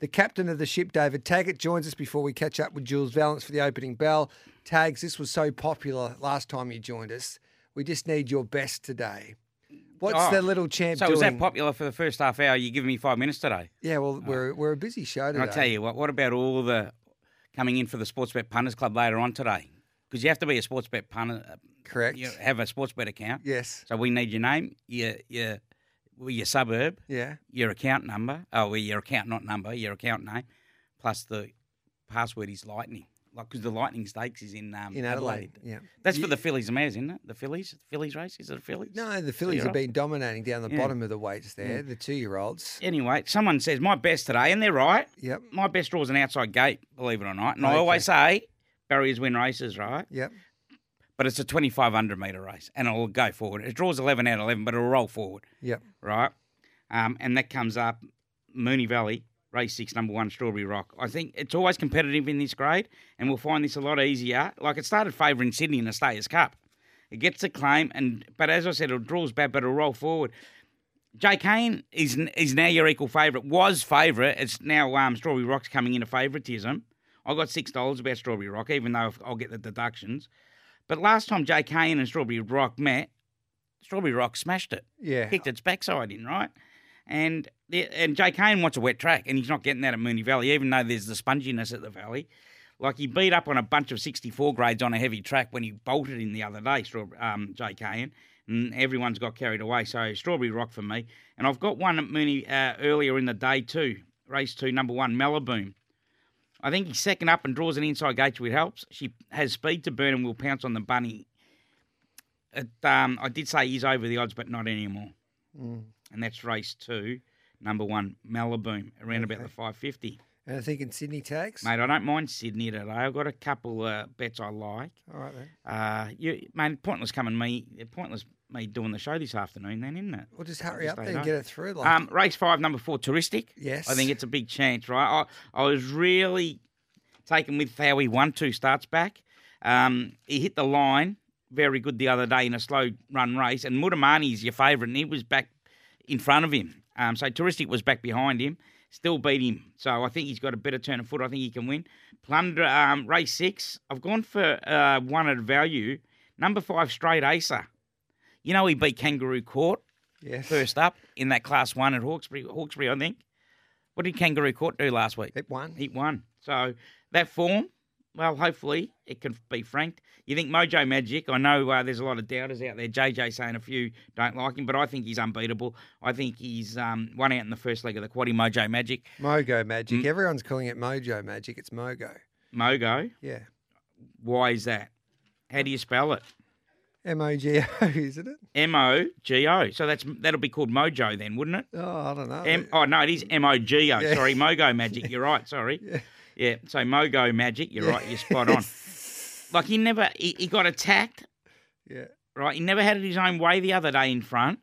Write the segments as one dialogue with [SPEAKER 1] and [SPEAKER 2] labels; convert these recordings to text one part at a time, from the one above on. [SPEAKER 1] The captain of the ship, David Taggart, joins us before we catch up with Jules Valence for the opening bell. Tags, this was so popular last time you joined us. We just need your best today. What's
[SPEAKER 2] Oh,
[SPEAKER 1] the little champ
[SPEAKER 2] So
[SPEAKER 1] doing?
[SPEAKER 2] was that popular for the first half hour? You giving me five minutes today?
[SPEAKER 1] Yeah, well, we're, we're a busy show
[SPEAKER 2] And
[SPEAKER 1] today.
[SPEAKER 2] Oh. I tell you what. What about all the coming in for the sports bet punters club later on today? Because you have to be a sports bet punter. uh,
[SPEAKER 1] Correct.
[SPEAKER 2] You have a sports bet account.
[SPEAKER 1] Yes.
[SPEAKER 2] So we need your name, your your well, your suburb,
[SPEAKER 1] Yeah.
[SPEAKER 2] your account number. Oh, well, your account not number, your account name, plus the password is lightning. Like because the lightning stakes is in um,
[SPEAKER 1] In Adelaide. Yeah.
[SPEAKER 2] That's for the Phillies and Mares, isn't it? The Phillies, Phillies race is it a Phillies?
[SPEAKER 1] No, the Phillies have
[SPEAKER 2] you're right.
[SPEAKER 1] been dominating down the
[SPEAKER 2] Yeah. Mm.
[SPEAKER 1] bottom of the weights there, the two year olds.
[SPEAKER 2] Anyway, someone says my best today, and they're right.
[SPEAKER 1] Yep.
[SPEAKER 2] my best draw is an outside gate, believe it or not. And I
[SPEAKER 1] Okay.
[SPEAKER 2] always say barriers win races, right?
[SPEAKER 1] Yep.
[SPEAKER 2] But it's a 2,500 metre race and it'll go forward. It draws 11 out of 11, but it'll roll forward,
[SPEAKER 1] Yep.
[SPEAKER 2] right? Um, and that comes up Mooney Valley, race six, number one, Strawberry Rock. I think it's always competitive in this grade and we'll find this a lot easier. Like it started favouring Sydney in the Stayers Cup. It gets the claim, and but as I said, it draws bad, but it'll roll forward. Jay Kane is is now your equal favourite. Was favourite. It's now um, Strawberry Rock's coming into favouritism. I got six dollars about Strawberry Rock, even though I'll get the deductions. But last time Jay Kane and Strawberry Rock met, Strawberry Rock smashed it,
[SPEAKER 1] Yeah.
[SPEAKER 2] kicked its backside in, right? And the, and Jay Kane wants a wet track, and he's not getting that at Mooney Valley, even though there's the sponginess at the valley. Like he beat up on a bunch of 64 grades on a heavy track when he bolted in the other day, Straw- um, JK, and everyone's got carried away. So Strawberry Rock for me. And I've got one at Mooney uh, earlier in the day too, race two, number one, Malaboom. I think he's second up and draws an inside gate to it helps. She has speed to burn and will pounce on the bunny. It, um, I did say he's over the odds, but not anymore.
[SPEAKER 1] Mm.
[SPEAKER 2] And that's race two, number one, Malaboom, around about the 550.
[SPEAKER 1] And I think in Sydney tags.
[SPEAKER 2] Mate, I don't mind Sydney today. I've got a couple uh, bets I like.
[SPEAKER 1] All right then.
[SPEAKER 2] Uh, you, mate, pointless coming me, pointless me doing the show this afternoon, then, isn't it?
[SPEAKER 1] We'll just hurry
[SPEAKER 2] just
[SPEAKER 1] up
[SPEAKER 2] don't
[SPEAKER 1] there and
[SPEAKER 2] know.
[SPEAKER 1] get it through. Like,
[SPEAKER 2] Um, race five, number four, touristic.
[SPEAKER 1] Yes.
[SPEAKER 2] I think it's a big chance, right? I, I was really taken with how he won two starts back. Um, he hit the line very good the other day in a slow run race, and Mutamani is your favourite, and he was back in front of him. Um, so Touristic was back behind him, still beat him. So I think he's got a better turn of foot. I think he can win. Plunder um, race six. I've gone for uh, one at value. Number five, straight Acer. You know he beat Kangaroo Court
[SPEAKER 1] yes.
[SPEAKER 2] first up in that class one at Hawkesbury, Hawkesbury, I think. What did Kangaroo Court do last week?
[SPEAKER 1] It won.
[SPEAKER 2] He won. So that form, well, hopefully it can be franked. You think Mojo Magic? I know uh, there's a lot of doubters out there. JJ saying a few don't like him, but I think he's unbeatable. I think he's um, one out in the first leg of the quaddy. Mojo Magic,
[SPEAKER 1] Mogo
[SPEAKER 2] Mm.
[SPEAKER 1] magic. Everyone's calling it Mojo magic. It's Mogo.
[SPEAKER 2] Mogo.
[SPEAKER 1] Yeah.
[SPEAKER 2] Why is that? How do you spell it?
[SPEAKER 1] M O G O, isn't it?
[SPEAKER 2] M O G O. So that's that'll be called Mojo then, wouldn't it?
[SPEAKER 1] Oh, I don't know.
[SPEAKER 2] M- oh no, it is M O G O.
[SPEAKER 1] Yeah.
[SPEAKER 2] Sorry, Mogo Magic. You're right. Sorry. Yeah. So Mogo Magic. You're right. You're spot on. Like he never he, he got attacked.
[SPEAKER 1] yeah.
[SPEAKER 2] Right. He never had it his own way the other day in front.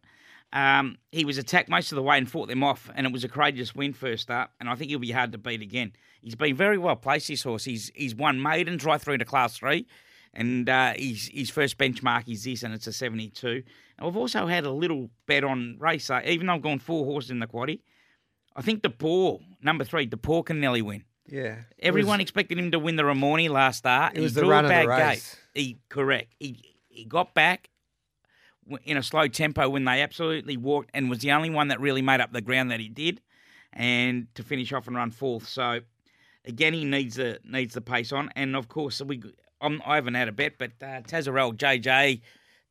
[SPEAKER 2] Um, he was attacked most of the way and fought them off, and it was a courageous win first up. And I think he'll be hard to beat again. He's been very well placed. This horse. He's he's won maidens right through to class three. And uh, his, his first benchmark is this, and it's a 72. And I've also had a little bet on racer, even though I've gone four horses in the quaddy. I think the poor number three, the poor can nearly win.
[SPEAKER 1] Yeah.
[SPEAKER 2] Everyone expected him to win the Ramoni last start.
[SPEAKER 1] It was
[SPEAKER 2] he
[SPEAKER 1] the
[SPEAKER 2] drew
[SPEAKER 1] run
[SPEAKER 2] a
[SPEAKER 1] of the
[SPEAKER 2] bad
[SPEAKER 1] race.
[SPEAKER 2] gate. He correct. He he got back w- in a slow tempo when they absolutely walked, and was the only one that really made up the ground that he did, and to finish off and run fourth. So again, he needs the needs the pace on, and of course we. I'm, I haven't had a bet, but uh, Tazarel, JJ,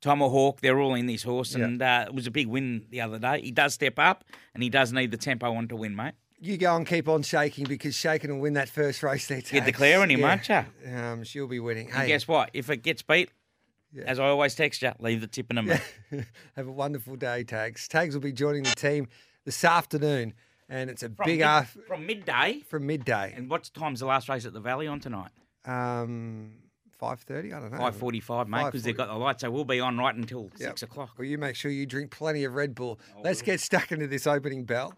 [SPEAKER 2] Tomahawk, they're all in this horse, and uh, it was a big win the other day. He does step up, and he does need the tempo on to win, mate.
[SPEAKER 1] You go and keep on shaking because shaking will win that first race there.
[SPEAKER 2] You're
[SPEAKER 1] Tags.
[SPEAKER 2] declaring him,
[SPEAKER 1] yeah.
[SPEAKER 2] aren't you?
[SPEAKER 1] Um, she'll be winning.
[SPEAKER 2] And
[SPEAKER 1] Hey,
[SPEAKER 2] guess what? If it gets beat, as I always text you, leave the tip in a minute.
[SPEAKER 1] have a wonderful day, Tags. Tags will be joining the team this afternoon, and it's a
[SPEAKER 2] From
[SPEAKER 1] big
[SPEAKER 2] mid-
[SPEAKER 1] af
[SPEAKER 2] From midday.
[SPEAKER 1] from midday.
[SPEAKER 2] And what time's the last race at the Valley on tonight?
[SPEAKER 1] Um, five thirty. I don't know.
[SPEAKER 2] 5.45, mate, because they've got the lights. So we'll be on right until
[SPEAKER 1] Uh, Yep.
[SPEAKER 2] 6 o'clock.
[SPEAKER 1] Well, you make sure you drink plenty of Red Bull. Let's get stuck into this opening bell.